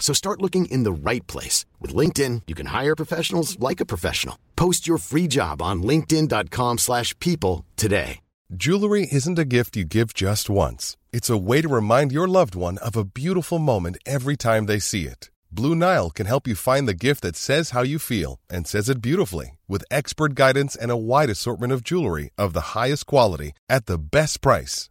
So start looking in the right place. With LinkedIn, you can hire professionals like a professional. Post your free job on linkedin.com/people slash people today. Jewelry isn't a gift you give just once. It's a way to remind your loved one of a beautiful moment every time they see it. Blue Nile can help you find the gift that says how you feel and says it beautifully with expert guidance and a wide assortment of jewelry of the highest quality at the best price.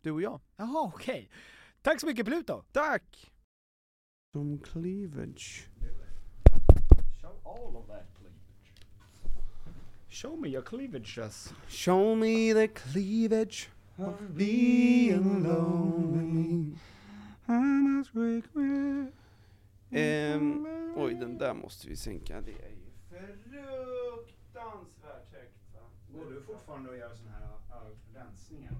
Du och jag. Jaha, okej. Tack så mycket Pluto! Tack! Som cleavage. Show me your cleavages. Show me the cleavage of being lonely I'm as Ehm, oj den där måste vi sänka, det är ju fruktansvärt högt va? Går du fortfarande och gör såna här rensningar?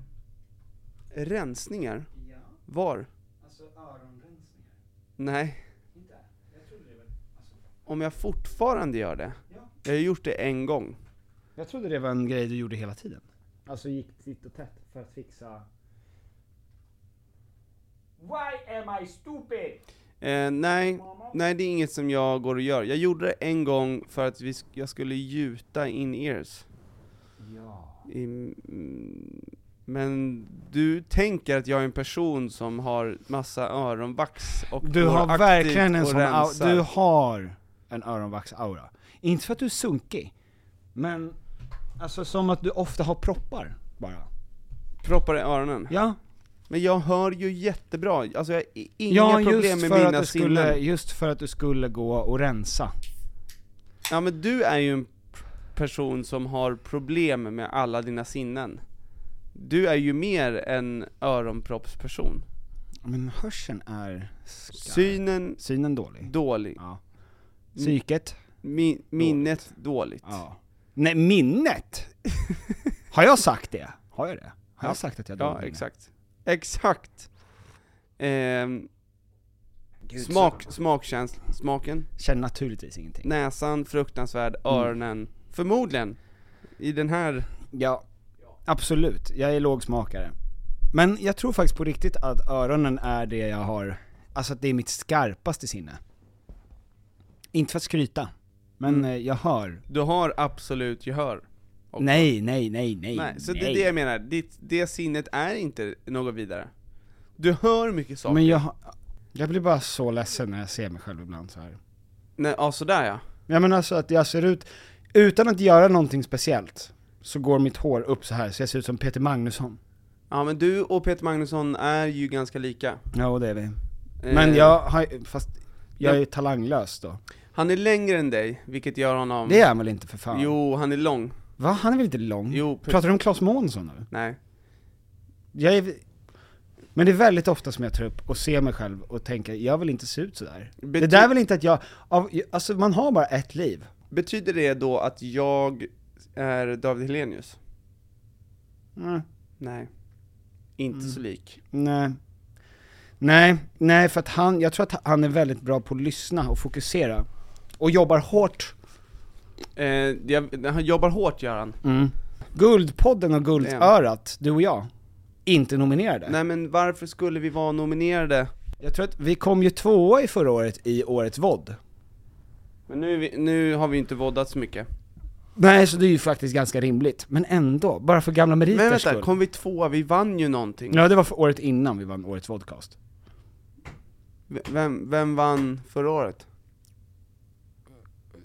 Rensningar? Ja, Var? alltså öronrensningar. Nej, Inte? Jag trodde det var... alltså- om jag fortfarande gör det? Ja. Jag har gjort det en gång. Jag trodde det var en grej du gjorde hela tiden. Alltså gick titt och tätt för att fixa... Why am I stupid? Eh, nej, nej det är inget som jag går och gör. Jag gjorde det en gång för att vi, sk- jag skulle gjuta in ears. Ja. I, mm, men du tänker att jag är en person som har massa öronvax och Du går har aktivt verkligen en och sån au- rensar. Du har en öronvax-aura. Inte för att du är sunkig, men alltså som att du ofta har proppar bara. Proppar i öronen. Ja, Men jag hör ju jättebra, alltså jag har i- inga ja problem just, med för att mina du sinnen. skulle, just för att du skulle gå och rensa. Ja men du är ju en p- person som har problem med alla dina sinnen. Du är ju mer en öronproppsperson. Men hörseln är... skarp. Synen, Synen dålig. dålig. Ja. Psyket? Mi- minnet, dåligt. Ja. Nej, minnet! Har jag sagt det? Har jag det? Har Ja. jag sagt att jag har Ja, dåligt minne? exakt. Exakt! Ehm, Gud, smak, smakkänsla, smaken, Känner naturligtvis ingenting. näsan fruktansvärd, Mm. öronen, förmodligen, i den här, Ja, absolut. Jag är lågsmakare. Men jag tror faktiskt på riktigt att öronen är det jag har, alltså att det är mitt skarpaste sinne. Inte för att skryta, men Mm. eh, jag hör. du har absolut gehör. Och- Nej, nej, nej, nej, Nej, så nej. det är det jag menar, Ditt, det sinnet är inte något vidare. Du hör mycket saker. Men jag, har- jag blir bara så ledsen när jag ser mig själv ibland så här. Nej, ja, sådär ja. Ja men alltså att jag ser ut, utan att göra någonting speciellt, så går mitt hår upp så här så jag ser ut som Peter Magnusson. Ja men du och Peter Magnusson är ju ganska lika. Ja, och det är vi. Eh, Men jag har, fast jag är ju talanglös då. Han är längre än dig, vilket gör honom... Det är han väl inte för fan? Mm. Jo, han är lång. Va? Han är väl inte lång? Jo, pre- Pratar du om Claes Månsson nu? Nej. Jag är... Men det är väldigt ofta som jag tar upp och ser mig själv och tänker, jag vill inte se ut sådär. Bety- Det där är väl inte att jag, av, alltså man har bara ett liv. Betyder det då att jag är David Hellenius? Mm, Nej. Inte så lik. nej. Nej, nej för att han, jag tror att han är väldigt bra på att lyssna och fokusera. Och jobbar hårt. Eh, jag, han jobbar hårt gör han. Mm. Guldpodden och Guldörat, du och jag, inte nominerade. Nej men varför skulle vi vara nominerade? Jag tror att vi kom ju tvåa i förra året i årets vodd. Men nu, är vi, nu har vi inte voddat så mycket. Nej, så det är ju faktiskt ganska rimligt. Men ändå, bara för gamla meriters Men vänta, skull. kom vi tvåa? Vi vann ju någonting. Ja, det var för året innan vi vann årets vodcast. V- Vem, vem vann förra året?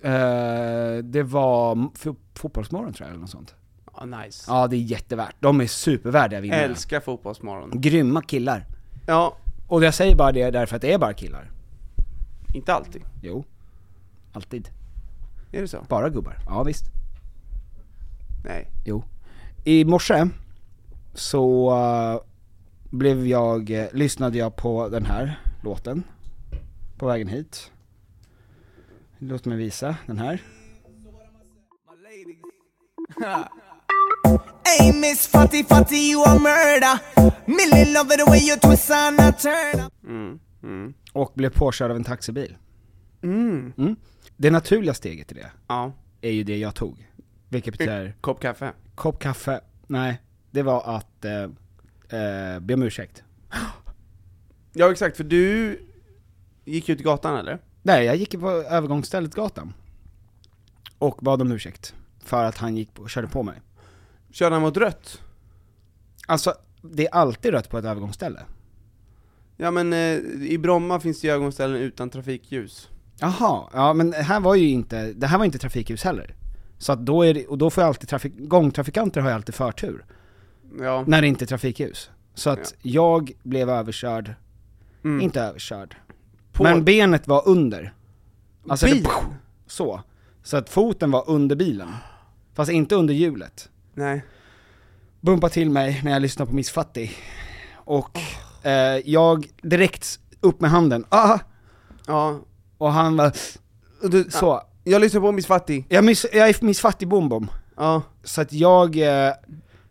Eh, det var fo- Fotbollsmorgon tror jag, eller något sånt. Ah, nice. Ja, det är jättevärt. De är supervärdiga vinnare. Älskar fotbollsmorgon. Grymma killar. Ja, Och jag säger bara det därför att det är bara killar. inte alltid. Jo. Alltid. Är det så? Bara gubbar. Ja, visst. Nej. Jo. I morse så eh, blev jag, eh, lyssnade jag på den här låten på vägen hit. Låt mig visa den här. Hey, Miss Fatty Fatty, you a murder. Millie love it the way you twist and a turn. up. och blev påkörd av en taxibil. Mm. Det naturliga steget i det Ja. är ju det jag tog. Vilket betyder, Kopp kaffe. kopp kaffe, nej, det var att eh, eh, be om ursäkt. Ja exakt, för du gick ut i gatan eller? Nej, jag gick på övergångsstället gatan och bad om ursäkt för att han gick på, körde på mig. Körde han mot rött? Alltså, det är alltid rött på ett övergångsställe. Ja men eh, i Bromma finns det ju ögonställen utan trafikljus. Jaha, ja men här var ju inte, det här var inte trafikljus heller. Så att då är det, och då får jag alltid trafik, gångtrafikanter har ju alltid förtur. Ja. När det inte är trafikljus. Så att jag blev överkörd, inte överkörd, På men benet var under. Alltså Bilen? det, så. Så att foten var under bilen. Fast inte under hjulet. Nej. Bumpa till mig när jag lyssnar på Miss Fatty. Och eh, jag direkt upp med handen, ah! Ja. Och han var och du, så. Jag lyssnar på Miss Fatty. Jag, miss, jag är Miss Fatty Bombom. Ja. Så att jag eh,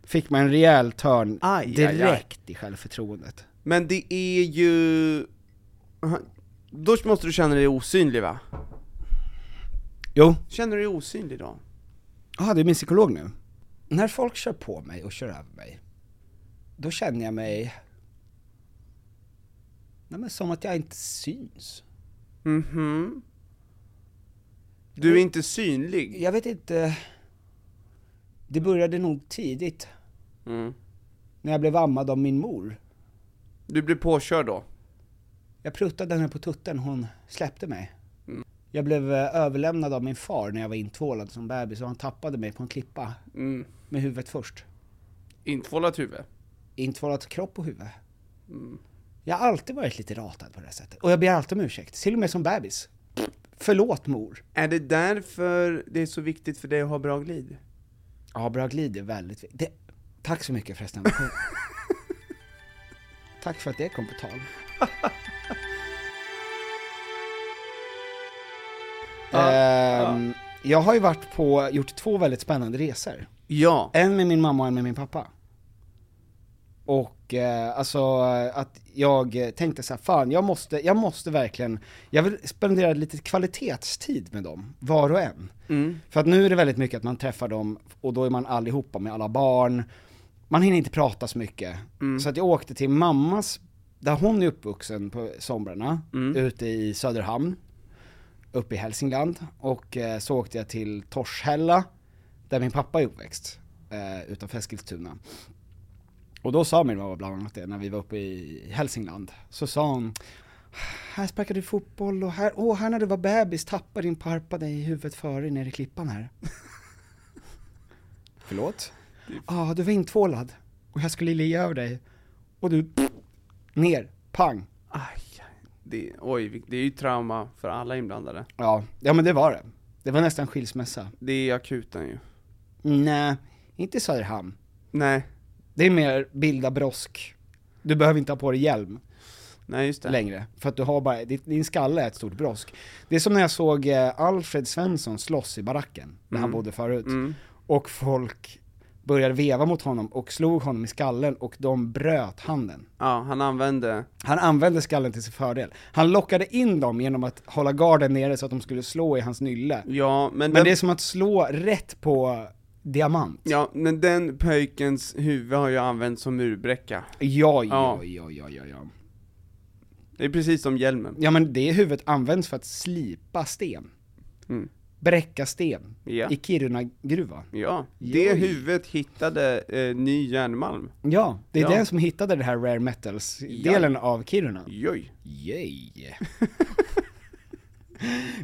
fick mig en rejäl törn Aj, aj, aj. direkt i självförtroendet. Men det är ju... Han- Då måste du känna dig osynlig va? Jo, Känner du dig osynlig då? Jaha, du är min psykolog nu? När folk kör på mig och kör över mig, då känner jag mig... Nej men som att jag inte syns. Mhm. Du är inte synlig? Jag vet inte... Det började nog tidigt, Mm. när jag blev ammad av min mor. Du blir påkörd då? Jag pruttade henne på tutten, hon släppte mig. Jag blev eh, överlämnad av min far när jag var intvålad som bebis och han tappade mig på en klippa. Mm. Med huvudet först. Intvålat huvud? Intvålat kropp och huvud. Jag har alltid varit lite ratad på det här sättet. Och jag ber alltid om ursäkt, till och med som bebis. Förlåt mor. Är det därför det är så viktigt för dig att ha bra glid? Ja, bra glid är väldigt viktigt. Det... Tack så mycket förresten. Kom- Tack för att det kom på tal. Ehm, Jag har ju varit på, gjort två väldigt spännande resor. Ja. En med min mamma och en med min pappa. Och eh, alltså eh, att jag eh, tänkte så här, fan jag måste, jag måste verkligen, jag vill spendera lite kvalitetstid med dem, var och en. För att nu är det väldigt mycket att man träffar dem och då är man allihopa med alla barn, man hinner inte prata så mycket. Så att jag åkte till mammas, där hon är uppvuxen på somrarna, ute i Söderhamn, uppe i Hälsingland. Och eh, så åkte jag till Torshälla, där min pappa är uppväxt, eh, utanför Eskilstuna. Och då sa min mamma bland annat det, när vi var uppe i Hälsingland, så sa hon här sparkade du fotboll och här, åh, här när du var bebis tappade din parpa dig i huvudet före ner i klippan här. För Förlåt? Ah, du var intvålad och jag skulle ligga över dig. Och du, pff, ner, pang. Aj, det, oj, vil- det är ju trauma för alla inblandade. Ja, ja men det var det. Det var nästan skilsmässa. Det är akuten ju. Nej, inte i Söderhamn. Nej, Det är mer bilda brosk. Du behöver inte ha på dig hjälm nej just det. längre, för att du har bara, ditt- din skalle är ett stort brosk. Det är som när jag såg eh, Alfred Svensson slåss i baracken, där Mm. han bodde förut. Och folk började veva mot honom och slog honom i skallen och de bröt handen. Ja, han använde, Han använde skallen till sin fördel. Han lockade in dem genom att hålla garden nere så att de skulle slå i hans nylle. ja men, Men den, det är som att slå rätt på diamant. ja, men den pöjkens huvud har ju använts som murbräcka. Ja, ja, Ja. ja, ja, ja, ja. Det är precis som hjälmen. Ja men det huvudet används för att slipa sten. Mm. Bräcka sten. Ja. I Kiruna gruva. Ja, det Oj. huvudet hittade eh, ny järnmalm. Ja, det är Ja. den som hittade den här rare metals-delen av Kiruna. Joj. Yay.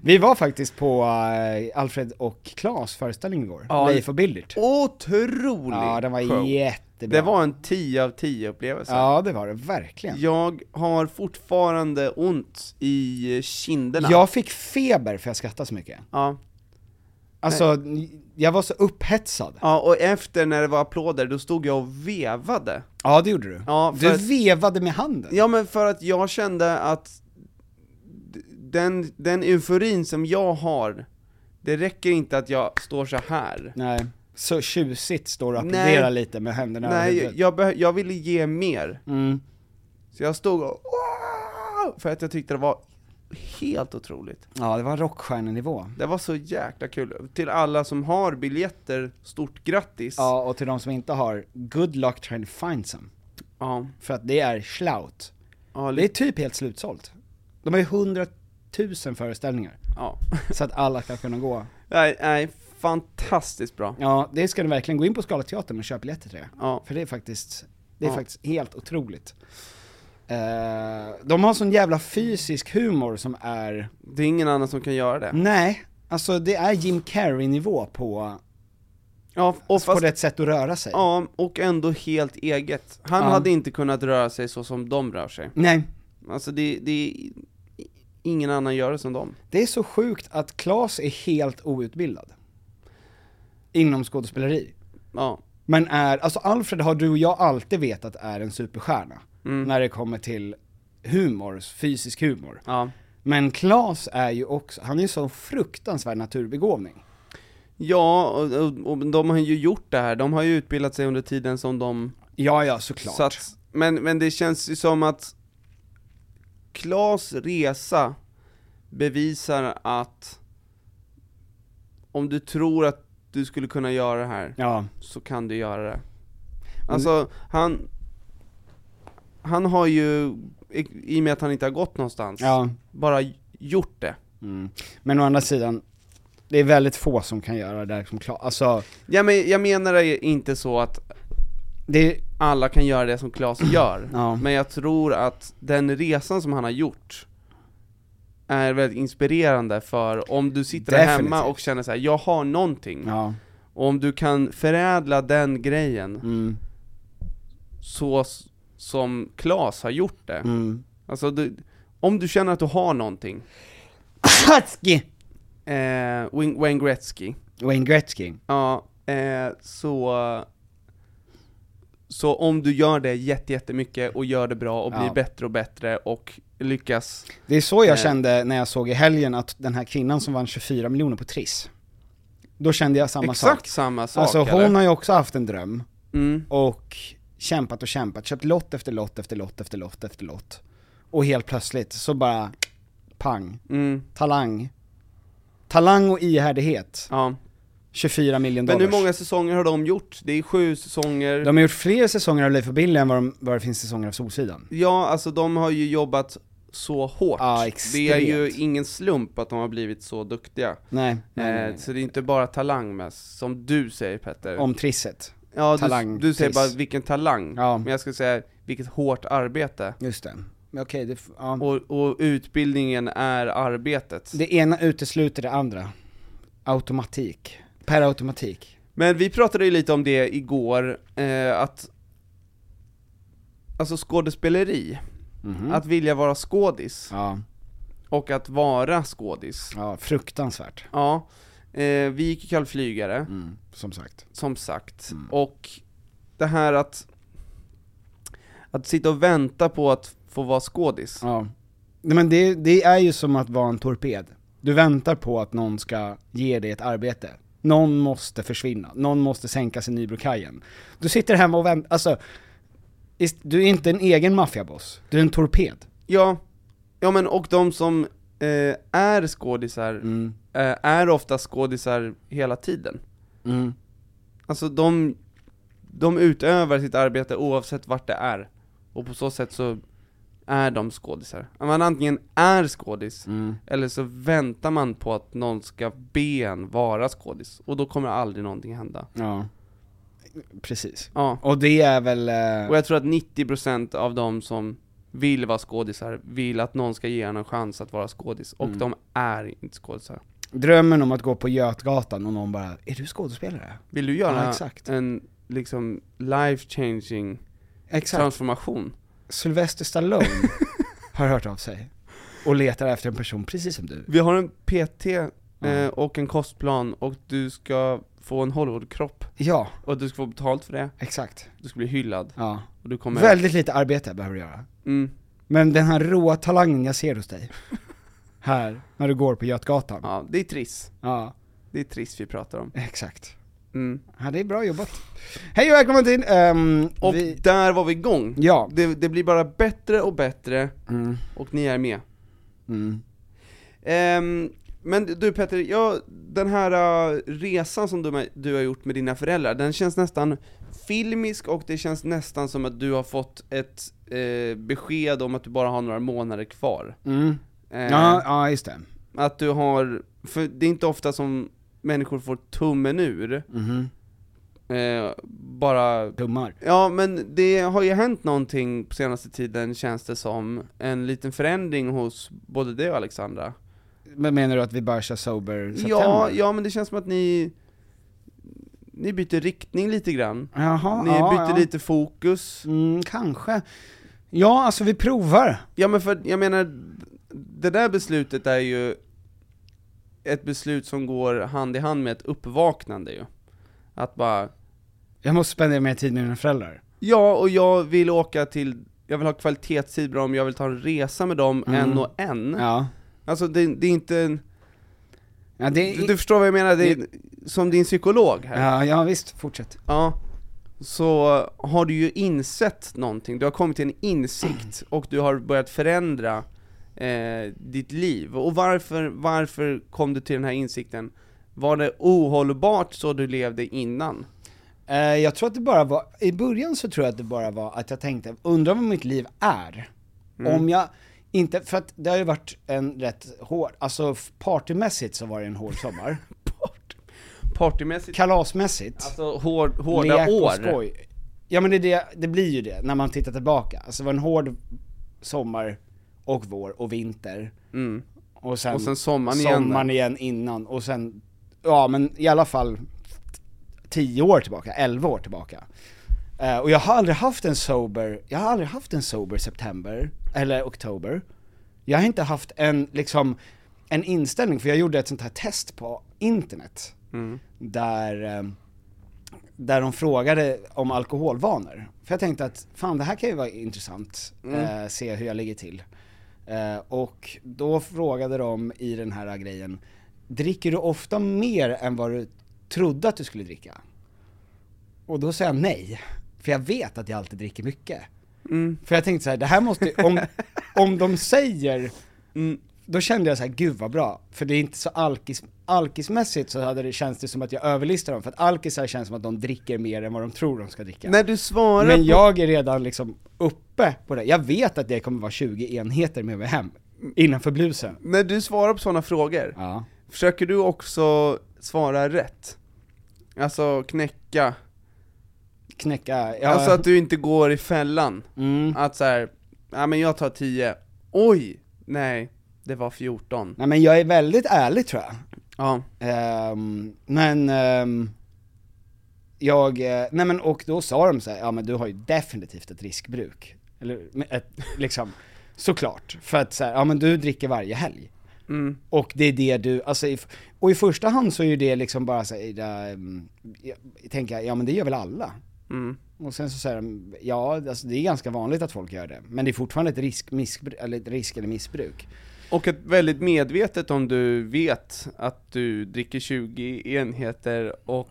Vi var faktiskt på eh, Alfred och Klas föreställning igår, Ja. Leif och Billert. Otrolig Ja, den var show. jättebra. Det var en 10 av 10 upplevelse. Ja, det var det verkligen. Jag har fortfarande ont i eh, kinderna. Jag fick feber för jag skrattade så mycket. Ja. Alltså, jag var så upphetsad. Ja, och efter när det var applåder, då stod jag och vevade. Ja, det gjorde du. Ja, du för- vevade med handen. Ja men för att jag kände att d- den, den euforin som jag har, det räcker inte att jag står så här. Nej, så tjusigt står du och applåderar Nej. lite med händerna över Nej, huvudet. jag, beh- jag ville ge mer. Mm. Så jag stod och för att jag tyckte det var helt otroligt. Ja, det var rockstjärnenivå. Det var så jäkla kul. Till alla som har biljetter, stort grattis. Ja, och till de som inte har, good luck trying to find some. ja, För att det är slaut. ja, Det är lite, typ helt slutsålt. De har ju hundratusen föreställningar, ja. så att alla ska kunna gå. Nej, nej, fantastiskt bra. Ja, det ska ni verkligen gå in på Skala Teatern och köpa biljetter till det. Ja. För det är faktiskt, det är Ja. faktiskt helt otroligt. Eh, de har sån jävla fysisk humor som är, Det är ingen annan som kan göra det. nej, alltså det är Jim Carrey-nivå på, Ja, och Alltså, på fast, det sätt att röra sig. ja, och ändå helt eget. Han Ja. hade inte kunnat röra sig så som de rör sig. Nej, Alltså det, det är ingen annan gör det som de. det är så sjukt att Claes är helt outbildad. Inom skådespeleri. Ja, Men är, alltså Alfred har du och jag alltid vetat är en superstjärna. Mm. När det kommer till humor, fysisk humor. ja. Men Claes är ju också, han är ju så fruktansvärd naturbegåvning. Ja, och, och, och de har ju gjort det här, de har ju utbildat sig under tiden som de Ja, ja såklart. Så att, men, men det känns ju som att Klas resa bevisar att om du tror att du skulle kunna göra det här, Ja, Mm. så kan du göra det. Alltså, han, han har ju, i, i och med att han inte har gått någonstans, ja. bara gjort det. Mm. Men å andra sidan, det är väldigt få som kan göra det där som Claes, alltså Ja, men, jag menar det inte så att det, alla kan göra det som Klas gör, Ja. men jag tror att den resan som han har gjort är väldigt inspirerande för om du sitter där Definitivt. hemma och känner så här: jag har någonting, ja. och om du kan förädla den grejen Mm. så s- som Klas har gjort det, Mm. alltså du, om du känner att du har någonting, Hatski! eh, Wayne Wayne Gretzky, Wayne Gretzky. ja, eh, så så om du gör det jätte- jättemycket och gör det bra och blir Ja. bättre och bättre och lyckas Det är så jag Eh. kände när jag såg i helgen att den här kvinnan som vann 24 miljoner på Triss, då kände jag samma Exakt sak. samma sak alltså hon eller? har ju också haft en dröm, Mm. och kämpat och kämpat, köpt lott efter lott efter lott efter lott efter lott. Och helt plötsligt så bara, pang, Mm. talang. Talang och ihärdighet, Ja. 24 miljoner Men dollar. hur många säsonger har de gjort? Det är sju säsonger De har gjort fler säsonger av Leif och Billy än vad, de, vad det finns säsonger av Solsidan. Ja, alltså de har ju jobbat så hårt Ja, Det är ju extremt. ingen slump att de har blivit så duktiga Nej, nej, eh, nej, nej. Så det är inte bara talang med, som du säger Petter Om trisset. Ja, du, talang, du säger piss. bara vilken talang, Ja. men jag skulle säga vilket hårt arbete Just det. Men okej, det, f- ja. och, och utbildningen är arbetet det ena utesluter det andra. Automatik. Per automatik. Men vi pratade ju lite om det igår, eh, att Alltså skådespeleri, Mhm. att vilja vara skådis, Ja, och att vara skådis. ja, fruktansvärt. Ja, eh, vi gick ju kallflygare, Mm, som sagt. som sagt. Och det här att, att sitta och vänta på att få vara skådis. Ja. Nej, men det, det är ju som att vara en torped. Du väntar på att någon ska ge dig ett arbete. Någon måste försvinna, någon måste sänkas i Nybrokajen. Du sitter hemma och väntar, alltså, ist- du är inte en egen maffiaboss, du är en torped. Ja, ja men och de som eh, är skådisar, eh, är ofta skådisar hela tiden. Mm. Alltså de, de utövar sitt arbete oavsett vart det är, och på så sätt så är de skådisar. Man antingen är skådis, eller så väntar man på att någon ska be en vara skådis, och då kommer aldrig någonting hända. Ja. Precis. Ja. Och det är väl... eh, Och jag tror att 90% av de som vill vara skådisar vill att någon ska ge en en chans att vara skådis, och de är inte skådisar. drömmen om att gå på Götgatan och någon bara 'Är du skådespelare?' Vill du göra Ja, exakt. en liksom life changing Exakt. transformation? Sylvester Stallone har hört av sig och letar efter en person precis som du. Vi har en PT eh, och en kostplan och du ska få en Hollywood-kropp Ja, och du ska få betalt för det, exakt. du ska bli hyllad Ja. och du kommer... Väldigt lite arbete behöver du göra. Mm, Men den här råa talangen jag ser hos dig, här, när du går på Götgatan. Ja, ja, det är Triss. Det är Triss vi pratar om. exakt. Mm. Ja, det är bra jobbat. Hej och välkommen till... ehm, Och vi, där var vi igång! ja. Det, det blir bara bättre och bättre, Mm, och ni är med. mm. Ehm, men du Petter, ja, den här eh, resan som du, du har gjort med dina föräldrar, den känns nästan filmisk och det känns nästan som att du har fått ett eh, besked om att du bara har några månader kvar. Mm. Eh, Ja, ja, just det. Att du har, för det är inte ofta som människor får tummen ur, Mhm. eh, bara Dummar. Ja men det har ju hänt någonting på senaste tiden känns det som, en liten förändring hos både dig och Alexandra. Men menar du att vi bara kör sober september? Ja, ja men det känns som att ni, ni byter riktning lite grann. Jaha, Ni ja, byter ja. lite fokus. Mm, kanske. Ja, alltså vi provar. Ja men för jag menar, det där beslutet är ju ett beslut som går hand i hand med ett uppvaknande ju. Att bara, Jag måste spendera mer tid med mina föräldrar. ja och jag vill åka till, jag vill ha kvalitetstid med dem, jag vill ta en resa med dem en och en. Mm. Ja. Alltså det, det är inte en, Ja, det du, du förstår vad jag menar, det är, som din psykolog här. ja, ja visst, fortsätt. Ja, så har du ju insett någonting, du har kommit till en insikt och du har börjat förändra eh, ditt liv. Och varför, varför kom du till den här insikten? Var det ohållbart så du levde innan? Eh, jag tror att det bara var, i början så tror jag att det bara var att jag tänkte, undrar vad mitt liv är? Om jag inte, för att det har ju varit en rätt hård, alltså f- partymässigt så var det en hård sommar. Partymässigt, Kalasmässigt, alltså hår, hårda lek och år. skoj. Ja men det, är det, det blir ju det, när man tittar tillbaka. Alltså det var en hård sommar och vår och vinter. Mm. Och sen, Och sen sommaren igen. Sommaren igen innan, och sen, ja men i alla fall 10 år tillbaka, 11 år tillbaka. Eh, och jag har aldrig haft en sober, jag har aldrig haft en sober september, eller oktober. Jag har inte haft en, liksom, en inställning, för jag gjorde ett sånt här test på internet. Mm. Där, eh, där de frågade om alkoholvanor. För jag tänkte att, fan det här kan ju vara intressant, eh, se hur jag ligger till. Eh, och då frågade de i den här grejen, dricker du ofta mer än vad du trodde att du skulle dricka? Och då sa jag nej, för jag vet att jag alltid dricker mycket. Mm. För jag tänkte så här, det här måste, om, om de säger, Mm. då kände jag så här, gud vad bra. För det är inte så alkis, alkismässigt så hade det, känns det som att jag överlistar dem, för att alkisar känns som att de dricker mer än vad de tror de ska dricka. När du svarar Men på- jag är redan liksom uppe på det. Jag vet att det kommer vara 20 enheter med mig hem, innanför blusen. när du svarar på sådana frågor, Ja. försöker du också svara rätt? Alltså knäcka, Knäcka, ja, alltså att du inte går i fällan. mm. Att så här, ja men jag tar 10, oj, nej, det var 14. Nej men jag är väldigt ärlig tror jag. Ja, Ehm, men, ehm, jag, eh, nej men och då sa de så här, ja men du har ju definitivt ett riskbruk. Eller men ett, liksom, såklart. För att så här, ja men du dricker varje helg. Mm. Och det är det du, alltså, i, och i första hand så är ju det liksom bara så här, eh, jag tänker, ja men det gör väl alla? Mm. Och sen så säger de, ja alltså, det är ganska vanligt att folk gör det, men det är fortfarande ett risk, missbruk, eller, ett risk eller missbruk. Och ett väldigt medvetet om du vet att du dricker 20 enheter och,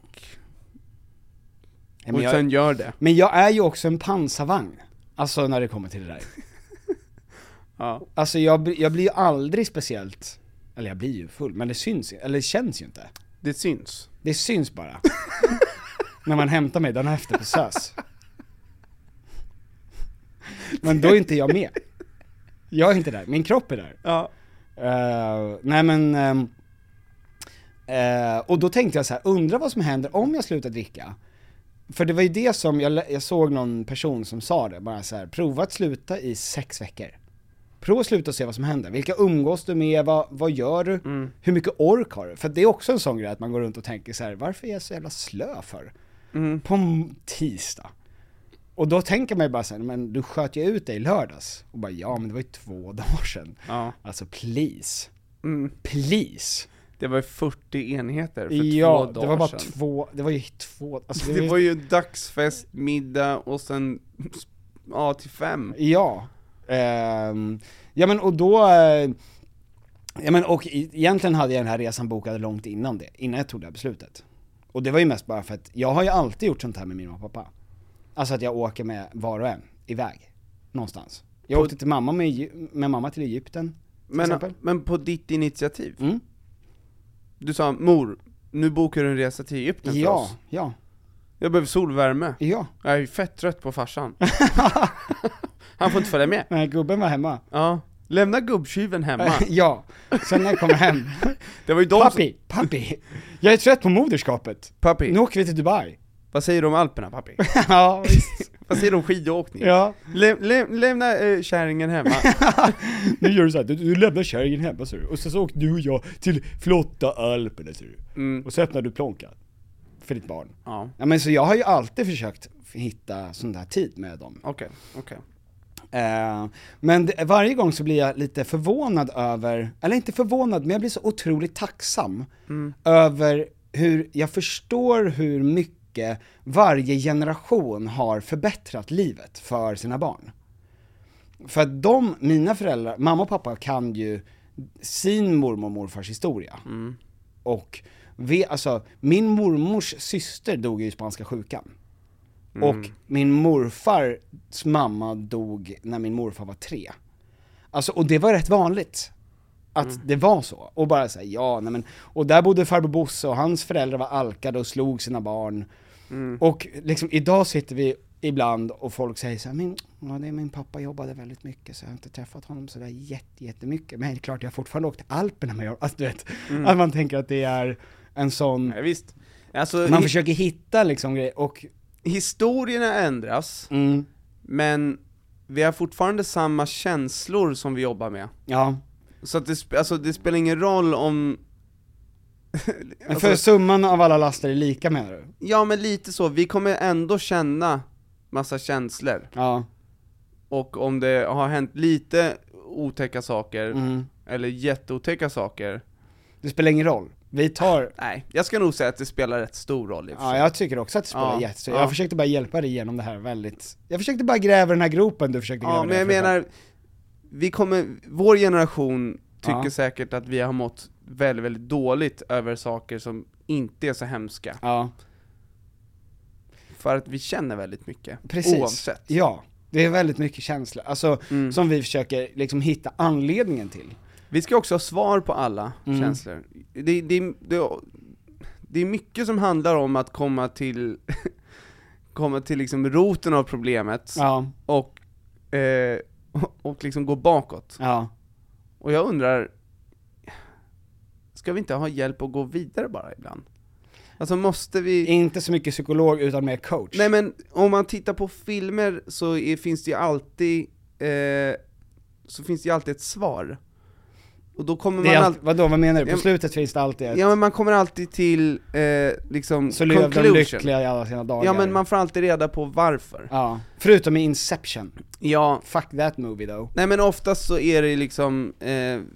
Ja, och men, jag, sen gör det. men jag är ju också en pansarvagn, alltså när det kommer till det där. Ja. Alltså jag, bli- jag blir ju aldrig speciellt, eller jag blir ju full, men det syns ju- eller det känns ju inte. Det syns. Det syns bara. när man hämtar mig dagen efter på SÖS. Men då är inte jag med. Jag är inte där, min kropp är där. Ja. Eh, nej men, ehm, eh, och då tänkte jag så här, undra vad som händer om jag slutar dricka? För det var ju det som, jag, lä- jag såg någon person som sa det, bara så här, prova att sluta i sex veckor. Prova att sluta och se vad som händer. Vilka umgås du med? Vad, vad gör du? Mm. Hur mycket ork har du? För det är också en sån grej att man går runt och tänker så här, varför är jag så jävla slö för? Mm. På m- tisdag. Och då tänker man ju bara så här, men du sköt ju ut dig i lördags. Och bara, ja men det var ju två dagar sedan. ja. Alltså please. Mm. Please. Det var ju 40 enheter för Ja, två dagar det var bara sedan. två, det var ju två, alltså det, Det var var ju... ju dagsfest, middag och sen, ja till fem. Ja. Ehm, ja men och då, eh, ja men och e- egentligen hade jag den här resan bokad långt innan det, innan jag tog det här beslutet. Och det var ju mest bara för att jag har ju alltid gjort sånt här med min mamma och pappa. Alltså att jag åker med var och en, iväg, någonstans. Jag På- åkte till mamma med, Egy- med mamma till Egypten, till Men, exempel. men på ditt initiativ? Mm. Du sa, mor, nu bokar du en resa till Egypten för Ja, oss. ja, Jag behöver solvärme. ja. Jag är ju fett trött på farsan. Han får inte följa med. Nej, gubben var hemma. Ja. Lämna gubbtjuven hemma. ja, sen när jag kom hem. Det var ju de som... Pappi, pappi, jag är trött på moderskapet. Pappi. Nu åker vi till Dubai. Vad säger du om Alperna pappi? ja, visst. Vad säger du om skidåkning? ja. Läm- läm- lämna eh, kärringen hemma. Nu gör du såhär, du, du lämnar kärringen hemma ser du. Och sen så åker du och jag till flotta Alperna ser du. Och så öppnar du plånkan. För ditt barn. Mm. ja, Ja men så jag har ju alltid försökt hitta sån där tid med dem. okej, okej. Eh, men det, varje gång så blir jag lite förvånad över, eller inte förvånad, men jag blir så otroligt tacksam över hur jag förstår hur mycket varje generation har förbättrat livet för sina barn. För att de, mina föräldrar, mamma och pappa kan ju sin mormor och morfars historia. Och vi, alltså, min mormors syster dog ju i spanska sjukan. Och min morfars mamma dog när min morfar var tre. Alltså, och det var rätt vanligt. Att det var så. Och bara såhär, ja nej men, och där bodde farbror Bosse och hans föräldrar var alkade och slog sina barn. Och liksom idag sitter vi ibland och folk säger såhär, min, ja, det är min pappa jobbade väldigt mycket så jag har inte träffat honom sådär jätte- jättemycket. Men det är klart jag har fortfarande åkt till Alperna med alltså, du vet. Att man tänker att det är en sån, Ja, visst. Alltså, man hi- försöker hitta liksom grejer och, historierna ändras, mm, men vi har fortfarande samma känslor som vi jobbar med. ja. Så att det, sp- alltså, det spelar ingen roll om... Men för summan av alla laster är lika menar du? Ja men lite så, vi kommer ändå känna massa känslor. Ja. Och om det har hänt lite otäcka saker, Mm. eller jätteotäcka saker, Det spelar ingen roll. Vi tar... nej, jag ska nog säga att det spelar rätt stor roll i och för Ja, sig. jag tycker också att det spelar Ja, jättestor ja. Jag försökte bara hjälpa dig igenom det här väldigt... Jag försökte bara gräva den här gropen du försökte gräva Ja, men där jag för dig själv. menar, vi kommer, vår generation tycker Ja. säkert att vi har mått väldigt, väldigt dåligt över saker som inte är så hemska. Ja, För att vi känner väldigt mycket, precis. oavsett. Ja. Det är väldigt mycket känslor, alltså Mm. som vi försöker liksom hitta anledningen till. Vi ska också ha svar på alla Mm. känslor. Det, det, det, det är mycket som handlar om att komma till, komma till liksom roten av problemet Ja, och, eh, och- och liksom gå bakåt. ja. Och jag undrar, ska vi inte ha hjälp att gå vidare bara ibland? Alltså måste vi... Inte så mycket psykolog utan mer coach. Nej men om man tittar på filmer så är, finns det ju alltid, eh, så finns det ju alltid ett svar. Och då kommer Det är man allt, alltid... vadå, vad menar du? På Ja, men- slutet finns det alltid ett... Ja men man kommer alltid till, eh, liksom, så lever de conclusion. lyckliga i alla sina dagar. Ja men man får alltid reda på varför. Ja. Förutom i Inception. Ja, Fuck that movie though. nej men oftast så är det liksom, eh,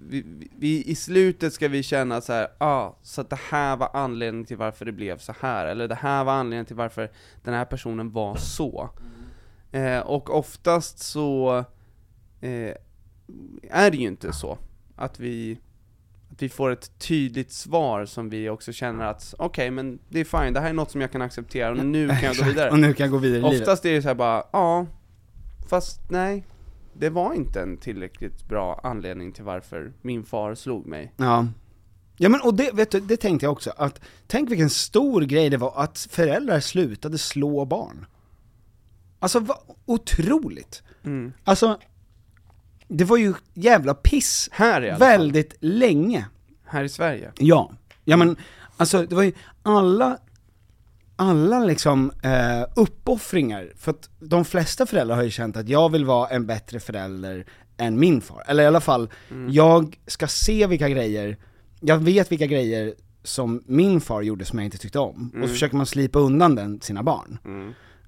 vi, vi, i slutet ska vi känna så här, ah, så att det här var anledningen till varför det blev så här, eller det här var anledningen till varför den här personen var så. Eh, och oftast så eh, är det ju inte så att vi, att vi får ett tydligt svar som vi också känner att, okej men det är fine, det här är något som jag kan acceptera och nu kan jag gå vidare. Och nu kan jag gå vidare i livet. Oftast är det så här bara, ja, fast nej, det var inte en tillräckligt bra anledning till varför min far slog mig. Ja. Ja men och det, vet du, det tänkte jag också, att tänk vilken stor grej det var att föräldrar slutade slå barn. Alltså vad otroligt. Mm. Alltså, det var ju jävla piss Här i alla fall, väldigt länge. här i Sverige. Ja. Ja men, alltså det var ju alla, alla liksom eh, uppoffringar, för att de flesta föräldrar har ju känt att jag vill vara en bättre förälder än min far. Eller i alla fall, jag ska se vilka grejer, jag vet vilka grejer som min far gjorde som jag inte tyckte om, och så försöker man slipa undan den till sina barn.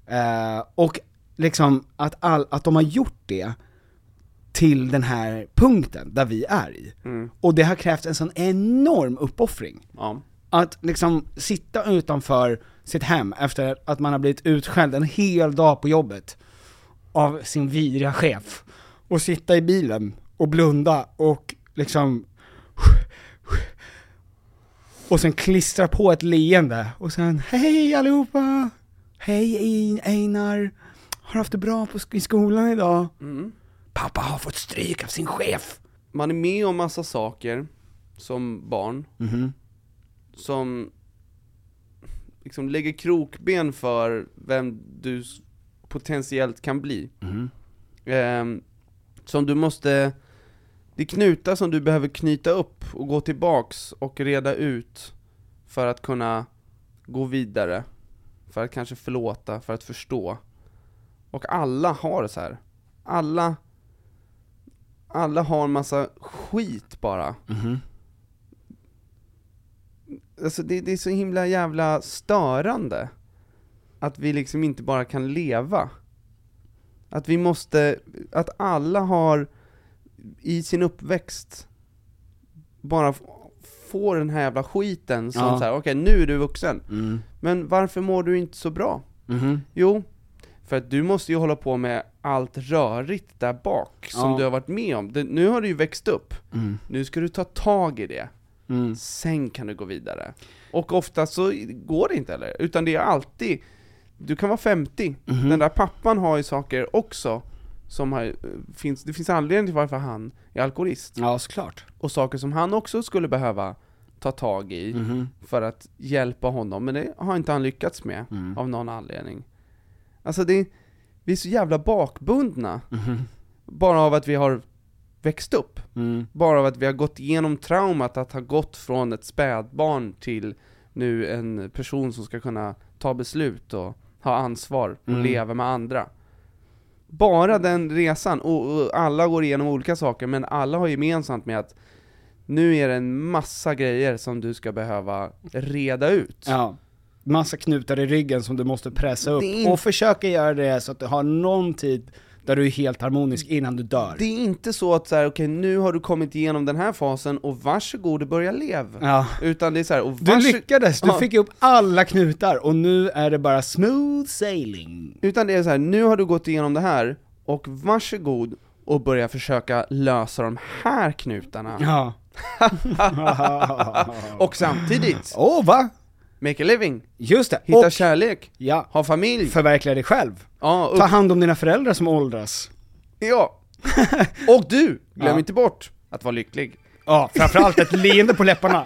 Eh, och liksom att, all, att de har gjort det till den här punkten där vi är i. Och det har krävt en sån enorm uppoffring. Ja. Att liksom sitta utanför sitt hem efter att man har blivit utskälld en hel dag på jobbet av sin vidriga chef. Och sitta i bilen och blunda och liksom och sen klistra på ett leende och sen Hej allihopa! Hej Ein- Einar! Har haft det bra på, sk- i skolan idag? Pappa har fått stryk av sin chef! Man är med om massa saker som barn, som liksom lägger krokben för vem du s- potentiellt kan bli. Ehm, som du måste, det är knutar som du behöver knyta upp och gå tillbaks och reda ut för att kunna gå vidare, för att kanske förlåta, för att förstå. Och alla har det så här. Alla, alla har en massa skit bara. Alltså det, det är så himla jävla störande att vi liksom inte bara kan leva. Att vi måste, att alla har i sin uppväxt bara f- får den här jävla skiten som Ja. så här, okej nu är du vuxen, men varför mår du inte så bra? Jo, för att du måste ju hålla på med allt rörigt där bak som Ja. du har varit med om. Det, nu har du ju växt upp, nu ska du ta tag i det. Sen kan du gå vidare. Och ofta så går det inte heller, utan det är alltid, du kan vara 50, den där pappan har ju saker också som har, eh, finns, det finns anledning till varför han är alkoholist Ja, såklart. och saker som han också skulle behöva ta tag i för att hjälpa honom, men det har inte han lyckats med av någon anledning. Alltså det, vi är så jävla bakbundna, bara av att vi har växt upp. Mm. Bara av att vi har gått igenom traumat att ha gått från ett spädbarn till nu en person som ska kunna ta beslut och ha ansvar Mm. och leva med andra. Bara den resan, och, och alla går igenom olika saker, men alla har gemensamt med att nu är det en massa grejer som du ska behöva reda ut. Ja. Massa knutar i ryggen som du måste pressa upp. Det är inte- Och försöka göra det så att du har någon tid där du är helt harmonisk innan du dör. Det är inte så att så här, okej nu har du kommit igenom den här fasen och varsågod börja lev. Ja. Utan det är så här, och Du vars- lyckades, du Ja. fick upp alla knutar och nu är det bara smooth sailing. Utan det är så här, nu har du gått igenom det här, och varsågod och börja försöka lösa de här knutarna. Ja. Och samtidigt, Åh va? make a living, Just det, hitta och kärlek, Ja. ha familj, förverkliga dig själv. ja, upp, Ta hand om dina föräldrar som åldras. ja. Och du, glöm Ja. inte bort att vara lycklig. Ja, framförallt ett leende på läpparna.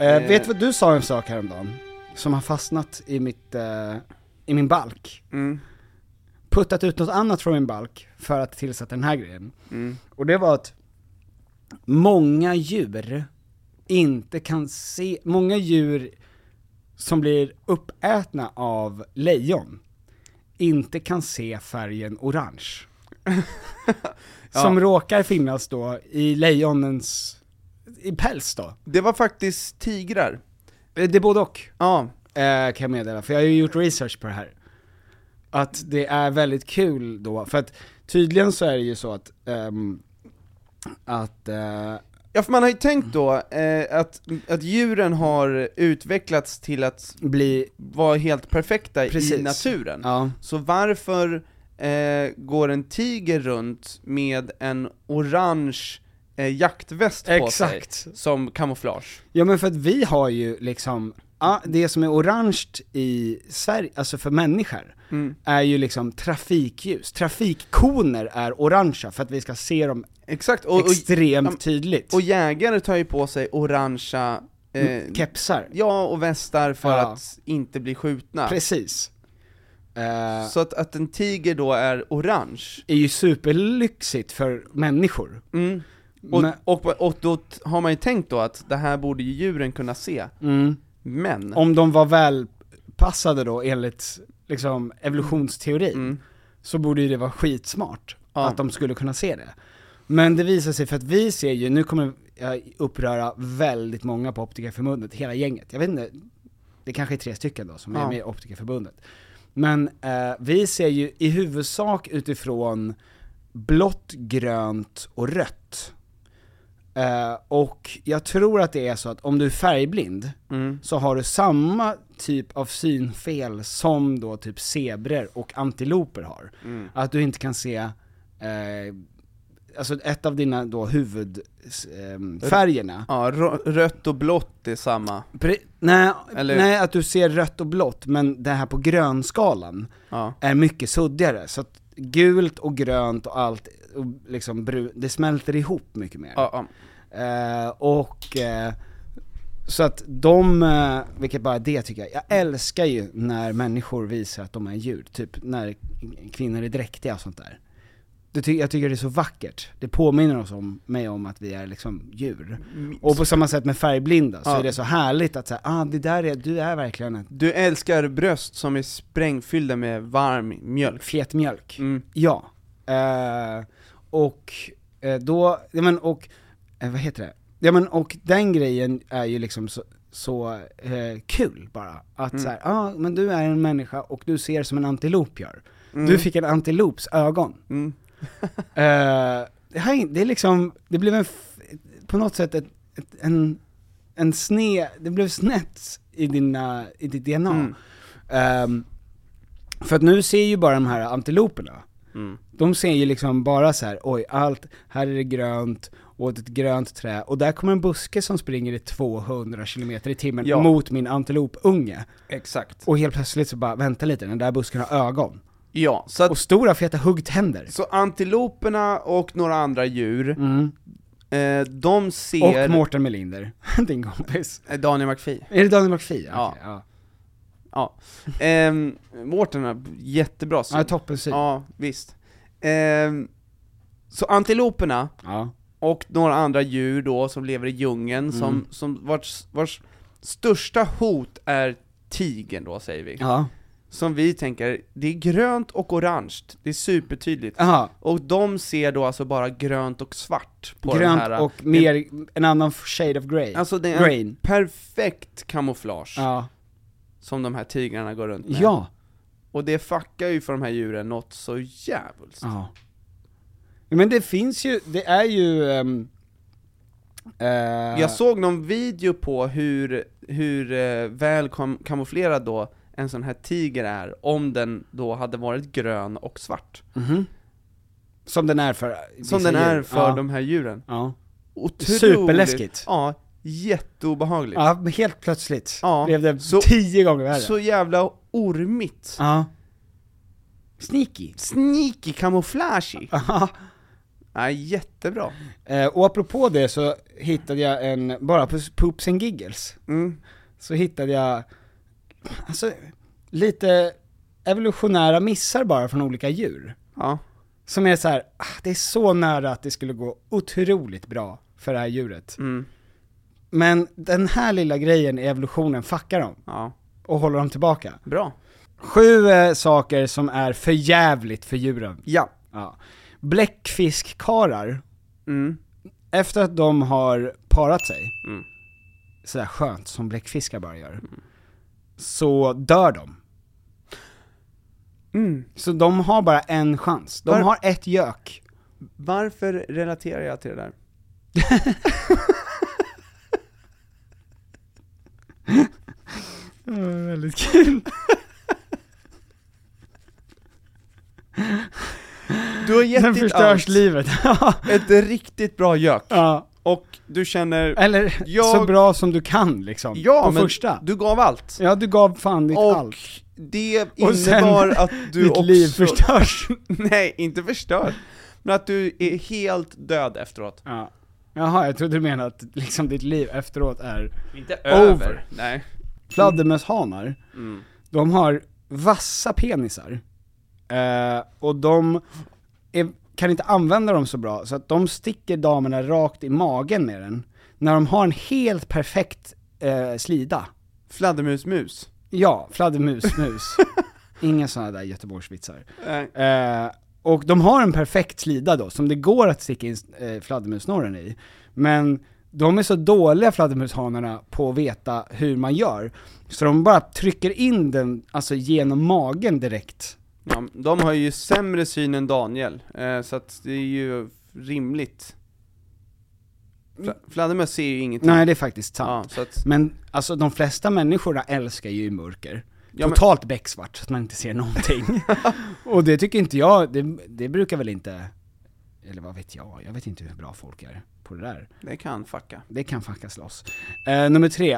Eh, Eh. Vet du vad du sa en sak häromdagen? Som har fastnat i mitt, eh, i min balk. Mm. Puttat ut något annat från min balk för att tillsätta den här grejen. Och det var att många djur inte kan se, många djur som blir uppätna av lejon inte kan se färgen orange. som råkar finnas då i lejonens, i päls då. Det var faktiskt tigrar. Eh, Det är både och. Ja, eh, kan jag meddela, för jag har ju gjort research på det här. Att det är väldigt kul då, för att tydligen så är det ju så att, ehm, att, eh, ja för man har ju tänkt då eh, att, att djuren har utvecklats till att bli, vara helt perfekta i Precis. naturen. ja, Så varför eh, går en tiger runt med en orange eh, jaktväst på exakt. sig? Som kamouflage. Ja men för att vi har ju liksom, ja, det som är orange i Sverige, alltså för människor, Mm. är ju liksom trafikljus. Trafikkoner är orangea för att vi ska se dem Exakt, och, och, extremt ja, tydligt. och jägare tar ju på sig orangea eh, Kepsar, Ja, och västar för Mm, Ja. att inte bli skjutna. precis. Eh, Så att, att en tiger då är orange, är ju superlyxigt för människor. mm. och, Men- och, och då t- har man ju tänkt då att det här borde ju djuren kunna se, Mm. men Om de var välpassade då enligt liksom, evolutionsteorin, så borde ju det vara skitsmart Mm. Ja. att de skulle kunna se det. Men det visar sig, för att vi ser ju, nu kommer jag uppröra väldigt många på Optikerförbundet, hela gänget. Jag vet inte, det kanske är tre stycken då som Ja. är med i Optikerförbundet. Men eh, vi ser ju i huvudsak utifrån blått, grönt och rött. Eh, och jag tror att det är så att om du är färgblind, så har du samma typ av synfel som då typ zebror och antiloper har. Att du inte kan se, eh, alltså ett av dina då ehm, huvudfärgerna, Ja, rö- rött och blått är samma. Pre- nej, Eller- nej, att du ser rött och blått, men det här på grönskalan Ja. är mycket suddigare. Så att gult och grönt och allt, och liksom bru- det smälter ihop mycket mer. Ja, ja. Eh, och eh, så att de, eh, vilket bara det tycker jag, jag älskar ju när människor visar att de är djur, typ när kvinnor är dräktiga och sånt där. Det ty- jag tycker det är så vackert, det påminner oss om, mig om att vi är liksom djur. Och på samma sätt med färgblinda, så Ja. är det så härligt att säga ah det där är, du är verkligen en Du älskar bröst som är sprängfyllda med varm mjölk. fet mjölk. Mm. Ja. Eh, och eh, då, ja men och, eh, vad heter det? Ja men och den grejen är ju liksom så, så eh, kul bara. Att Mm. så såhär, ja ah, men du är en människa och du ser som en antilop gör. Du fick en antilops ögon. Mm. Eh, det, här, är in- det är liksom, det blev en, f- på något sätt ett, ett, en, en sne, det blev snett i, dina, i ditt DNA. Mm. Ehm, för att nu ser ju bara de här antiloperna, Mm. de ser ju liksom bara så här, oj allt, här är det grönt, och ett grönt trä, och där kommer en buske som springer i 200 km i timmen Ja. mot min antilopunge. Exakt. Och helt plötsligt så bara, vänta lite, den där busken har ögon. Ja, så att Och stora feta huggtänder. Så antiloperna och några andra djur, eh, de Mm. Och ser... Mårten Melinder, din kompis. Eh, Daniel McPhee. Är det Daniel McPhee? Ja. Okej, ja. Ja. Ehm, Mårten har jättebra syn. Ja, toppensyn. Ja. Ja, visst. Ehm, så antiloperna och några andra djur då som lever i djungeln, Mm. som, som vars, vars största hot är tigern då säger vi. Ja. Som vi tänker, det är grönt och orange, det är supertydligt. Aha. Och de ser då alltså bara grönt och svart på den Grönt här... eh, och mer, en annan shade of grey. Alltså det är en Grain. perfekt kamouflage Ja. som de här tigrarna går runt med. Ja. Och det fuckar ju för de här djuren något så jävligt. Ja. Men det finns ju, det är ju... ehm, eh, Jag såg någon video på hur, hur eh, väl kam- kamouflerad då en sån här tiger är, om den då hade varit grön och svart. mhm. Som den är för vissa Som den är djur. för ja. de här djuren. Ja. Otroligt. Superläskigt. Ja, jätteobehagligt. ja, men helt plötsligt Ja. blev det Så- tio gånger värre. Så jävla ormigt. Ja. Sneaky. Sneaky kamouflage. Ja. Ja, jättebra. Eh, och apropå det så hittade jag en, bara på Poops and Giggles, Mm. så hittade jag, alltså, lite evolutionära missar bara från olika djur. Ja. Som är så här, ah, det är så nära att det skulle gå otroligt bra för det här djuret. Mm. Men den här lilla grejen i evolutionen fuckar dem Ja. och håller dem tillbaka. Bra. Sju eh, saker som är för jävligt för djuren. Ja. Ja. Bläckfiskkarlar, Mm. efter att de har parat sig, Mm. sådär skönt som bläckfiskar bara gör, så dör de. Mm. Så de har bara en chans. De Var- har ett gök. Varför relaterar jag till det där? Mm, väldigt kul. Du har gett Sen ditt förstörs allt livet. ett riktigt bra gök, ja. och du känner... Eller Jag- så bra som du kan liksom. Ja, på men första. du gav allt. Ja, du gav fan ditt och allt. det Och sen- innebar att du ditt också... liv förstörs. Nej, inte förstör. Men att du är helt död efteråt. ja. Jaha, jag trodde du menade att liksom ditt liv efteråt är... Inte Over. över. Nej. Fladdermöshanar, de har vassa penisar. Eh, och de är, kan inte använda dem så bra, så att de sticker damerna rakt i magen med den. När de har en helt perfekt eh, slida. Fladdermusmus. Ja, fladdermus, mus. Inga sådana där göteborgsvitsar. Nej. Eh, och de har en perfekt slida då, som det går att sticka in eh, fladdermusnorren i. Men de är så dåliga fladdermushanarna på att veta hur man gör, så de bara trycker in den, alltså genom magen direkt. Ja, de har ju sämre syn än Daniel, eh, så att det är ju rimligt. Fla- Fladdermöss ser ju ingenting. Mm. Nej det är faktiskt sant. ja, så att, Men alltså de flesta människor älskar ju mörker. Ja, men- Totalt becksvart, så att man inte ser någonting. och det tycker inte jag, det, det brukar väl inte, eller vad vet jag, jag vet inte hur bra folk är på det där. det kan fucka. Det kan fuckas loss. Eh, nummer tre.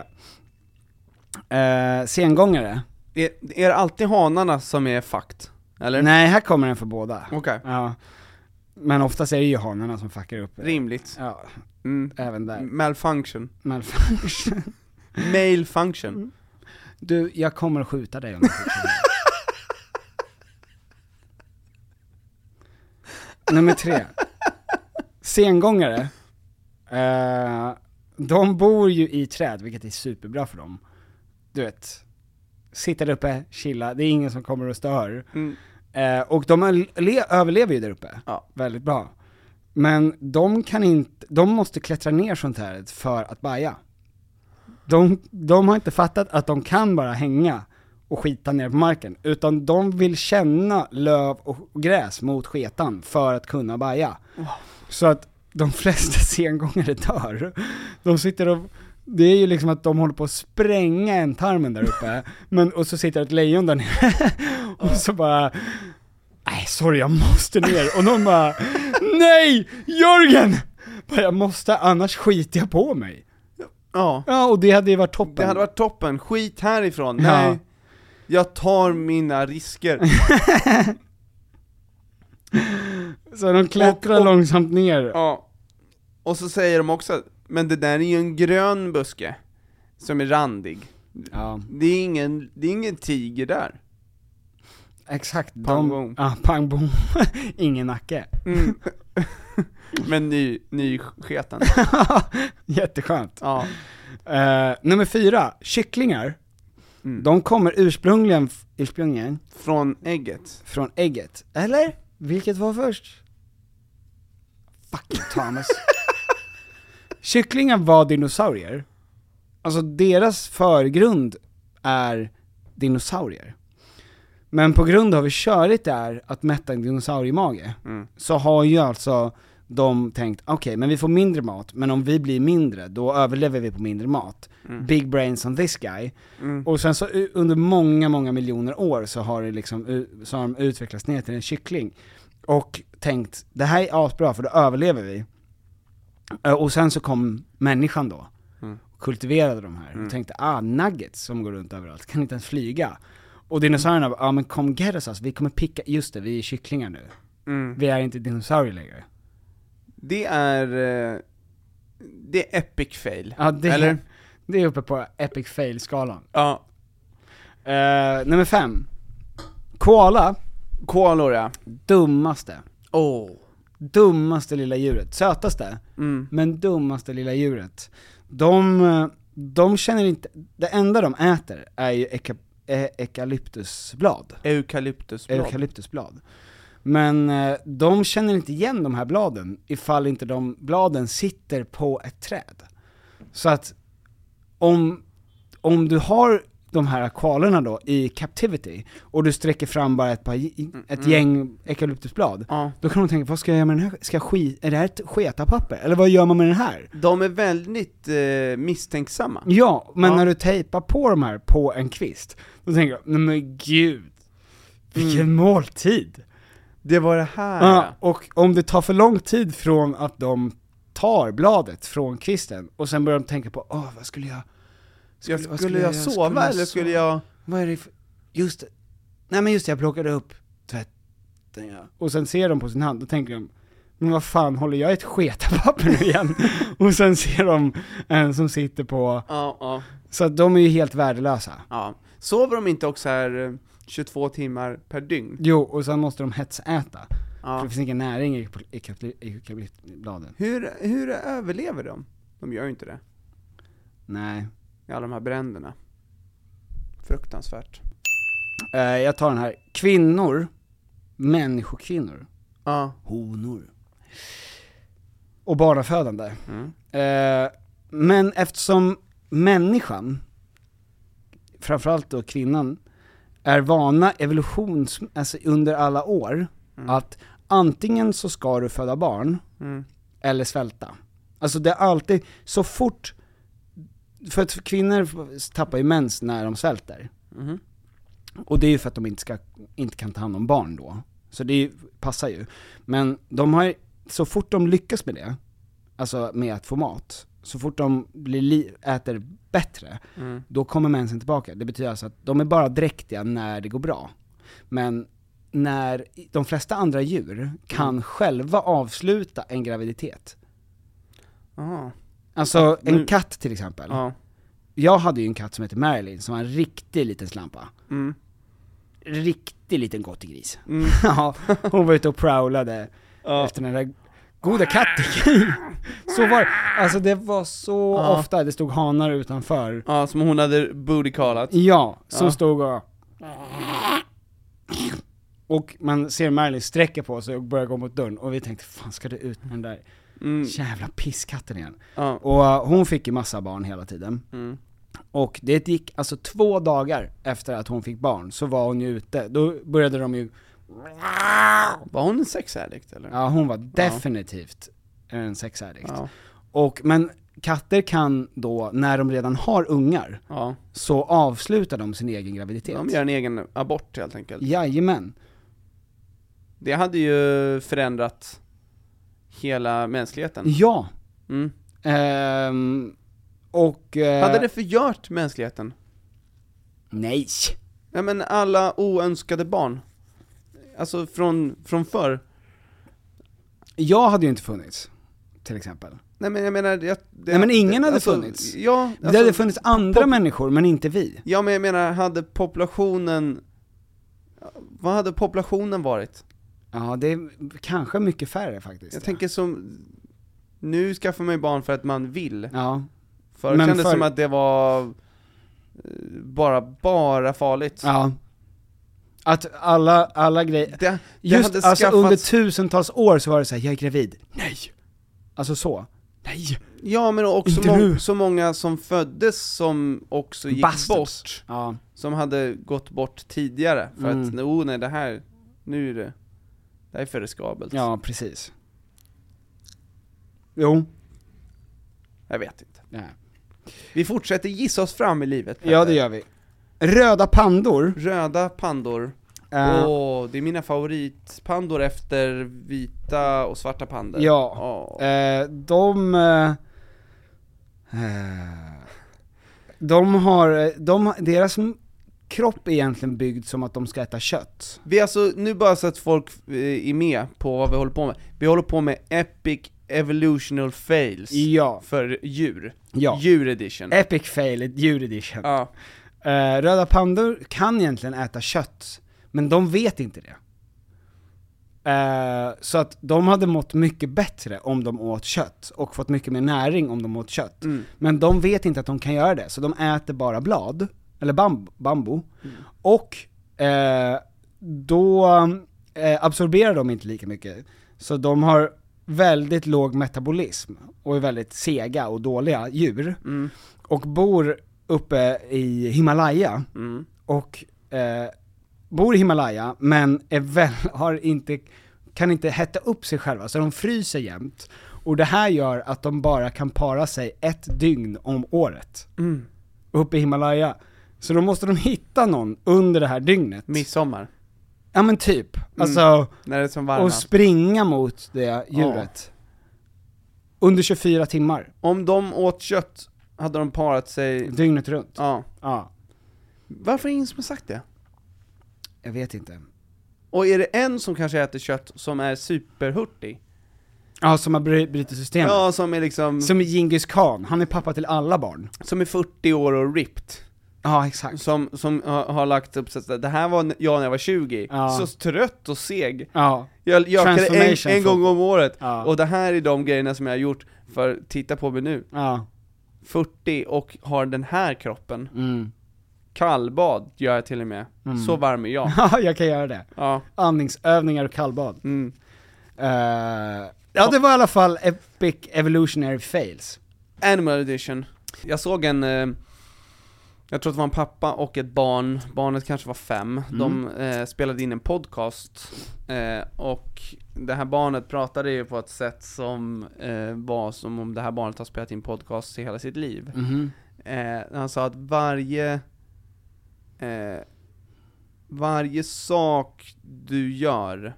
Eh, sengångare. Är, är det alltid hanarna som är fakt? Eller? Nej, här kommer den för båda. Okej, Ja. Men oftast är det ju hanarna som fuckar upp. rimligt. Ja, Mm. även där. Malfunction. Malfunction. Malfunction. Mm. Du, jag kommer att skjuta dig om du fortsätter. Nummer tre. Sengångare. Eh, de bor ju i träd, vilket är superbra för dem. Du vet, sitta där uppe, chilla, det är ingen som kommer och stör. Mm. Eh, och de är- le- överlever ju där uppe, Ja. väldigt bra. Men de kan inte, de måste klättra ner från trädet för att baja. De, de har inte fattat att de kan bara hänga och skita ner på marken, utan de vill känna löv och gräs mot sketan för att kunna baja. Så att de flesta sengångare dör. De sitter och, det är ju liksom att de håller på att spränga ändtarmen där uppe, men, och så sitter ett lejon där nere, och så bara Nej sorry jag måste ner, och någon bara Nej! Jörgen! Bara, jag måste, annars skiter jag på mig. Ja, Ja och det hade ju varit toppen. det hade varit toppen. Skit härifrån. Ja. Nej. Jag tar mina risker. Så de klättrar Och- och- långsamt ner. Ja. Och så säger de också, men det där är ju en grön buske. Som är randig. Ja, Det är ingen, det är ingen tiger där. exakt. De- Pang, bom. Ja, pang bom. Ingen nacke. Mm. men ny, ny sketen. Jätteskönt. Ja. Eh, nummer fyra, kycklingar. Mm. De kommer ursprungligen, ursprungligen Från ägget. från ägget. Eller? Vilket var först? Fucking Thomas. Kycklingar var dinosaurier. Alltså deras förgrund är dinosaurier. Men på grund av hur körigt det är att mätta en dinosauriemage, så har ju alltså de tänkt, okej men vi får mindre mat, men om vi blir mindre, då överlever vi på mindre mat. Big brains on this guy. Och sen så u- under många, många miljoner år så har det liksom, u- så har de utvecklats ner till en kyckling. Och tänkt, det här är asbra för då överlever vi. Eh, Och sen så kom människan då, och kultiverade de här, och tänkte, ah nuggets som går runt överallt, kan inte ens flyga. Och dinosaurierna bara, ja ah, men kom get us, alltså. vi kommer picka, just det vi är kycklingar nu. Vi är inte dinosaurier längre. Det är... eh, Det är epic fail. Ja, det, Eller? det är uppe på epic fail-skalan. Ja. Eh, nummer fem. Koala, Koalor ja. dummaste. Oh. Dummaste lilla djuret. Sötaste, Mm. men dummaste lilla djuret. De, eh, de känner inte, det enda de äter är ju eka, eh, eukalyptusblad. Eukalyptusblad. eukalyptusblad. Men eh, de känner inte igen de här bladen ifall inte de bladen sitter på ett träd. Så att om, om du har de här koalorna då i captivity och du sträcker fram bara ett, par, gi- ett gäng eukalyptusblad, Mm, ja. då kan de tänka, vad ska jag göra med den här? Ska jag ski, är det här ett sketapapper? Eller vad gör man med den här? De är väldigt eh, misstänksamma. Ja, men Ja. när du tejpar på de här på en kvist, då tänker jag, nej men gud, vilken Mm. måltid! Det var det här Ja, och om det tar för lång tid från att de tar bladet från kvisten och sen börjar de tänka på, åh vad skulle jag, Jag vad skulle, jag göra? sova Skulle jag eller skulle sova? jag... vad är det för, just det. nej men just det, jag plockade upp tvätten ja. Och sen ser de på sin hand, då tänker de, men vad fan håller jag i ett sketapapper nu igen? och sen ser de en som sitter på, Ja, ja, så att de är ju helt värdelösa. ja. Sover de inte också här eh, 22 timmar per dygn? Jo, och sen måste de hetsäta, för Ja. det finns ingen näring i, i, kapli- i kapli-bladen. Hur, hur överlever de? De gör ju inte det. Nej. I alla de här bränderna. Fruktansvärt. Eh, jag tar den här. Kvinnor, människokvinnor, Ja. honor och barnafödande. Eh, men eftersom människan, framförallt då kvinnan, är vana evolutions, alltså under alla år, att antingen så ska du föda barn, eller svälta. Alltså det är alltid, så fort, för att kvinnor tappar ju mens när de svälter. Mhm. Och det är ju för att de inte, ska, inte kan ta hand om barn då. Så det är ju- passar ju. Men de har ju- så fort de lyckas med det, alltså med att få mat, så fort de blir li, äter bättre, Mm. då kommer mensen tillbaka. Det betyder alltså att de är bara dräktiga när det går bra. Men när de flesta andra djur kan Mm. själva avsluta en graviditet. Aha. Alltså en nu- katt till exempel. Ja. Jag hade ju en katt som hette Marilyn som var en riktig liten slampa. Mm. Riktig liten gris. Mm. ja, hon var ute och prowlade Ja. efter den där goda katten. så var det. Alltså det var så Ja. ofta det stod hanar utanför. ja, som hon hade bootycallat. Ja, som Ja. stod och... Och man ser Marilyn sträcka på sig och börja gå mot dörren och vi tänkte fan ska du ut med den där Mm. jävla pisskatten igen? Ja. Och eh, hon fick ju massa barn hela tiden. Mm. Och det gick alltså två dagar efter att hon fick barn, så var hon ju ute, då började de ju, Var hon en sex addict eller? ja hon var definitivt en sexaddikt. Ja. Och, men katter kan då, när de redan har ungar, ja. så avslutar de sin egen graviditet. De gör en egen abort helt enkelt. Jajamän. Mm. Det hade ju förändrat hela mänskligheten. Ja. Mm. Ehm, och... eh, Hade det förgört mänskligheten? Nej! Ja men alla oönskade barn. Alltså från, från förr. Jag hade ju inte funnits, till exempel. Nej men jag menar... Jag, det, Nej, men ingen hade alltså, funnits. Ja, alltså, det hade funnits andra pop- människor, men inte vi. ja men jag menar, hade populationen... Vad hade populationen varit? Ja, det är kanske mycket färre faktiskt. Jag tänker som... Nu skaffar man ju barn för att man vill. Ja, Förr Men kändes det förr- som att det var... eh, Bara, bara farligt. Ja. Att alla, alla grejer, Det, det just hade alltså skaffats... under tusentals år så var det så här, jag är gravid, nej! Alltså så, nej! Ja men också Inte må- nu. så många som föddes som också gick Bastards. bort, Ja, som hade gått bort tidigare, för att Mm. oh, nej det här, nu är det, det här är för riskabelt. ja precis. Jo. Jag vet inte. Nej. Vi fortsätter gissa oss fram i livet Ja det gör vi. Röda pandor, Röda pandor, åh eh, det är mina favoritpandor efter vita och svarta pandor. Ja. Åh. eh, de... Eh, eh, de har, eh, de, deras m- kropp är egentligen byggd som att de ska äta kött. Vi är alltså, nu bara så att folk eh, är med på vad vi håller på med. Vi håller på med Epic Evolutional Fails Ja, för djur. ja. Djur edition. Epic fail, djur edition. ja. Eh, röda pandor kan egentligen äta kött, men de vet inte det. Eh, så att de hade mått mycket bättre om de åt kött, och fått mycket mer näring om de åt kött. Mm. Men de vet inte att de kan göra det, så de äter bara blad, eller bamb- bambu. Mm. Och eh, då eh, absorberar de inte lika mycket. Så de har väldigt låg metabolism, och är väldigt sega och dåliga djur. Mm. Och bor uppe i Himalaya, Mm. och eh, bor i Himalaya, men är väl, har inte, kan inte hetta upp sig själva, så de fryser jämt. Och det här gör att de bara kan para sig ett dygn om året, Mm. uppe i Himalaya. Så då måste de hitta någon under det här dygnet. Midsommar, ja men typ. Mm. Alltså, när det är som och varmast. springa mot det djuret. Under 24 timmar, Om de åt kött, hade de parat sig... dygnet runt. Ja. Ja, Varför är det ingen som har sagt det? jag vet inte. Och är det en som kanske äter kött som är superhurtig? Ja, som har bry- brutit systemet. Ja, som är liksom, Som i Genghis Khan, han är pappa till alla barn. som är 40 år och ripped. Ja, exakt. Som, som har, har lagt upp så att det här var n- jag när jag var 20, Ja. så trött och seg. Ja, Jag gökade en, Transformation en gång om året. Ja. Och det här är de grejerna som jag har gjort, för titta på mig nu. ja, 40 och har den här kroppen. mm. Kallbad gör jag till och med. Så varm är jag. Ja, jag kan göra det. Ja. Andningsövningar och kallbad. Mm. Eh, ja, det var i alla fall Epic Evolutionary Fails. Animal edition. Jag såg en, eh, Jag tror att det var en pappa och ett barn, barnet kanske var fem, de eh, spelade in en podcast eh, och det här barnet pratade ju på ett sätt som eh, var som om det här barnet har spelat in podcast i hela sitt liv. Eh, han sa att varje eh, varje sak du gör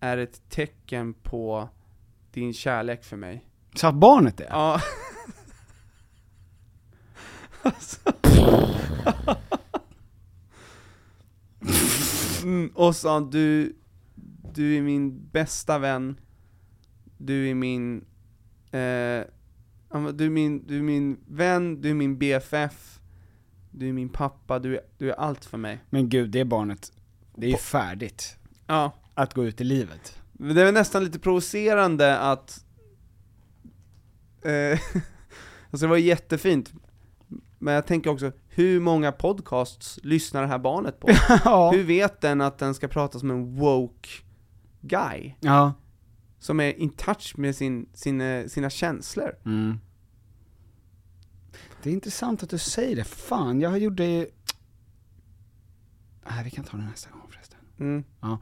är ett tecken på din kärlek för mig. Satt barnet det? Ja. alltså. mm, och sa du, du är min bästa vän, du är min, eh, ja, men du, är min du är min vän, du är min BFF, du är min pappa, du är, du är allt för mig. Men gud, det barnet, det är ju färdigt Ja. att gå ut i livet. Men Det är väl nästan lite provocerande att... Eh, alltså det var jättefint, men jag tänker också, hur många podcasts lyssnar det här barnet på? ja. Hur vet den att den ska prata som en woke guy? Ja. Som är in touch med sin, sina, sina känslor? Mm. Det är intressant att du säger det, fan jag gjorde ju... Nej vi kan ta det nästa gång förresten. Mm. Ja.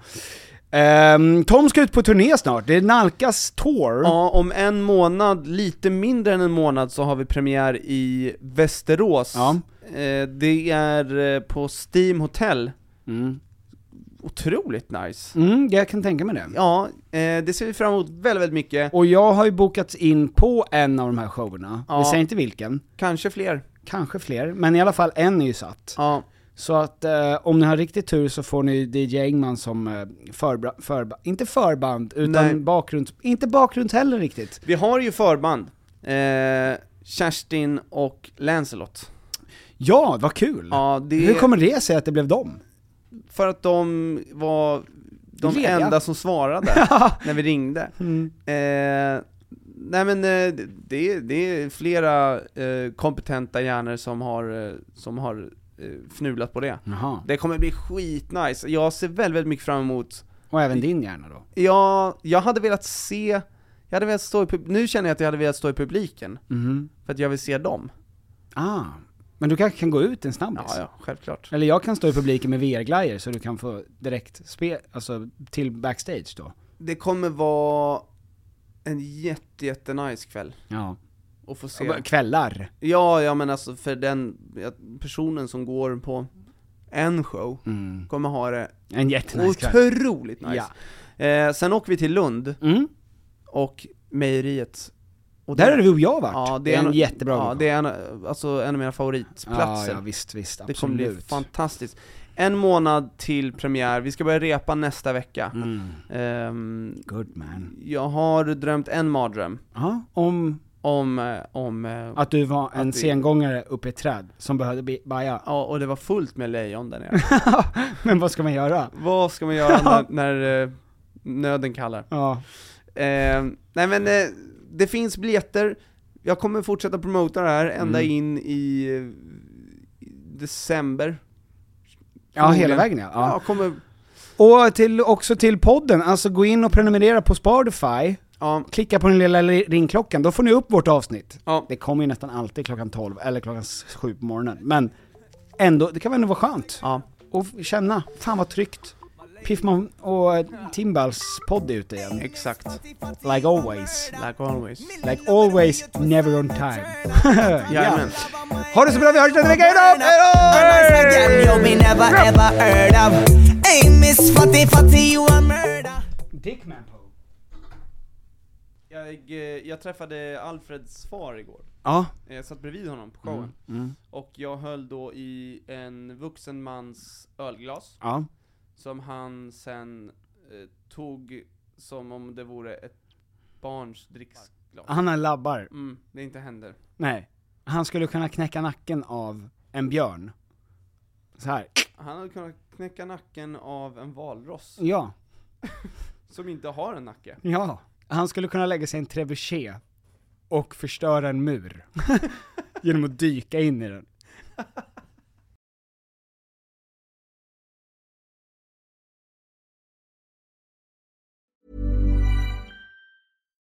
Ehm, Tom ska ut på turné snart, det nalkas tour. Ja, om en månad, lite mindre än en månad, så har vi premiär i Västerås. Ja. Eh, det är eh, på Steam Hotel. Mm. Otroligt nice. Mm, jag kan tänka mig det. Ja, eh, det ser vi fram emot väldigt, väldigt mycket. Och jag har ju bokats in på en av de här showerna, Ja. vi säger inte vilken, Kanske fler. kanske fler, men i alla fall en är ju satt. Ja, Så att eh, om ni har riktigt tur så får ni DJ Engman som eh, förbra- förba- inte förband, Nej. utan bakgrunds... Inte bakgrunds heller riktigt. vi har ju förband. Eh, Kerstin och Lancelot. Ja, vad kul! Ja, det Hur kommer det sig att det blev dem? för att de var de Lediga. Mm. enda som svarade när vi ringde. Eh, nej men eh, det, är- det är flera eh, kompetenta hjärnor som har, eh, som har eh, fnulat på det. Jaha. Det kommer bli skitnice. Jag ser väldigt, väldigt mycket fram emot Och även din hjärna då? Ja, jag hade velat se, jag hade velat stå i pub- nu känner jag att jag hade velat stå i publiken, Mhm. för att jag vill se dem. Liksom. Ah. Men du kanske kan gå ut en snabbis? Ja, ja, självklart. Eller jag kan stå i publiken med VR-glajjor så du kan få direkt spe, alltså till backstage då. Det kommer vara en jätte, jätte nice kväll Ja. att få se. Och bara Kvällar. Ja, ja men alltså för den ja, personen som går på en show, Mm. kommer ha det En jättenice kväll. otroligt nice. Eh, sen åker vi till Lund Mm. och mejeriet. Och Där det- har du och jag varit. Ja, det är en, jättebra Ja, lokal. det är en, alltså en av mina ja, favoritplatser. ja, visst, visst. Det Absolut. kommer bli fantastiskt. En månad till premiär, vi ska börja repa nästa vecka. Mm. Ehm, Good man. jag har drömt en mardröm Ja, om om, eh, om, eh, att du var en Att vi- sengångare uppe i ett träd som behövde bli- baja. ja och det var fullt med lejon där nere. Men vad ska man göra? Vad ska man göra när, när eh, nöden kallar? Ja. Ehm, nej men eh, det finns biljetter, jag kommer fortsätta promota det här ända Mm. in i eh, december. Ja, hela Förmodligen. vägen ja. Ja, ja. kommer, Och till, också till podden, alltså gå in och prenumerera på Spotify, ja, klicka på den lilla li- ringklockan, då får ni upp vårt avsnitt. ja. Det kommer ju nästan alltid klockan 12 eller klockan 7 på morgonen, men ändå, det kan väl ändå vara skönt? ja. Och f- känna, fan vad tryggt. Piffman och eh, Timbals podd är ute igen. Exakt. Like always. Like always. Like always, never on time. Jajamän. Ha det så bra, vi hörs nästa vecka, hejdå! girl you me never ever heard of. Hey, Miss Fatty Fatty, you a murder. Dickman Poe. Jag, eh, jag träffade Alfreds far igår. Eh, Ja. Jag satt bredvid honom på showen. Och jag höll då i en vuxen mans ölglas, Ja. som han sen eh, tog som om det vore ett barns dricksglas. Han har labbar. Mm, det inte händer. Nej. Han skulle kunna knäcka nacken av en björn. Så här. Han hade kunnat knäcka nacken av en valross, Ja. som inte har en nacke. Ja. Han skulle kunna lägga sig i en trebuchet och förstöra en mur. Genom att dyka in i den.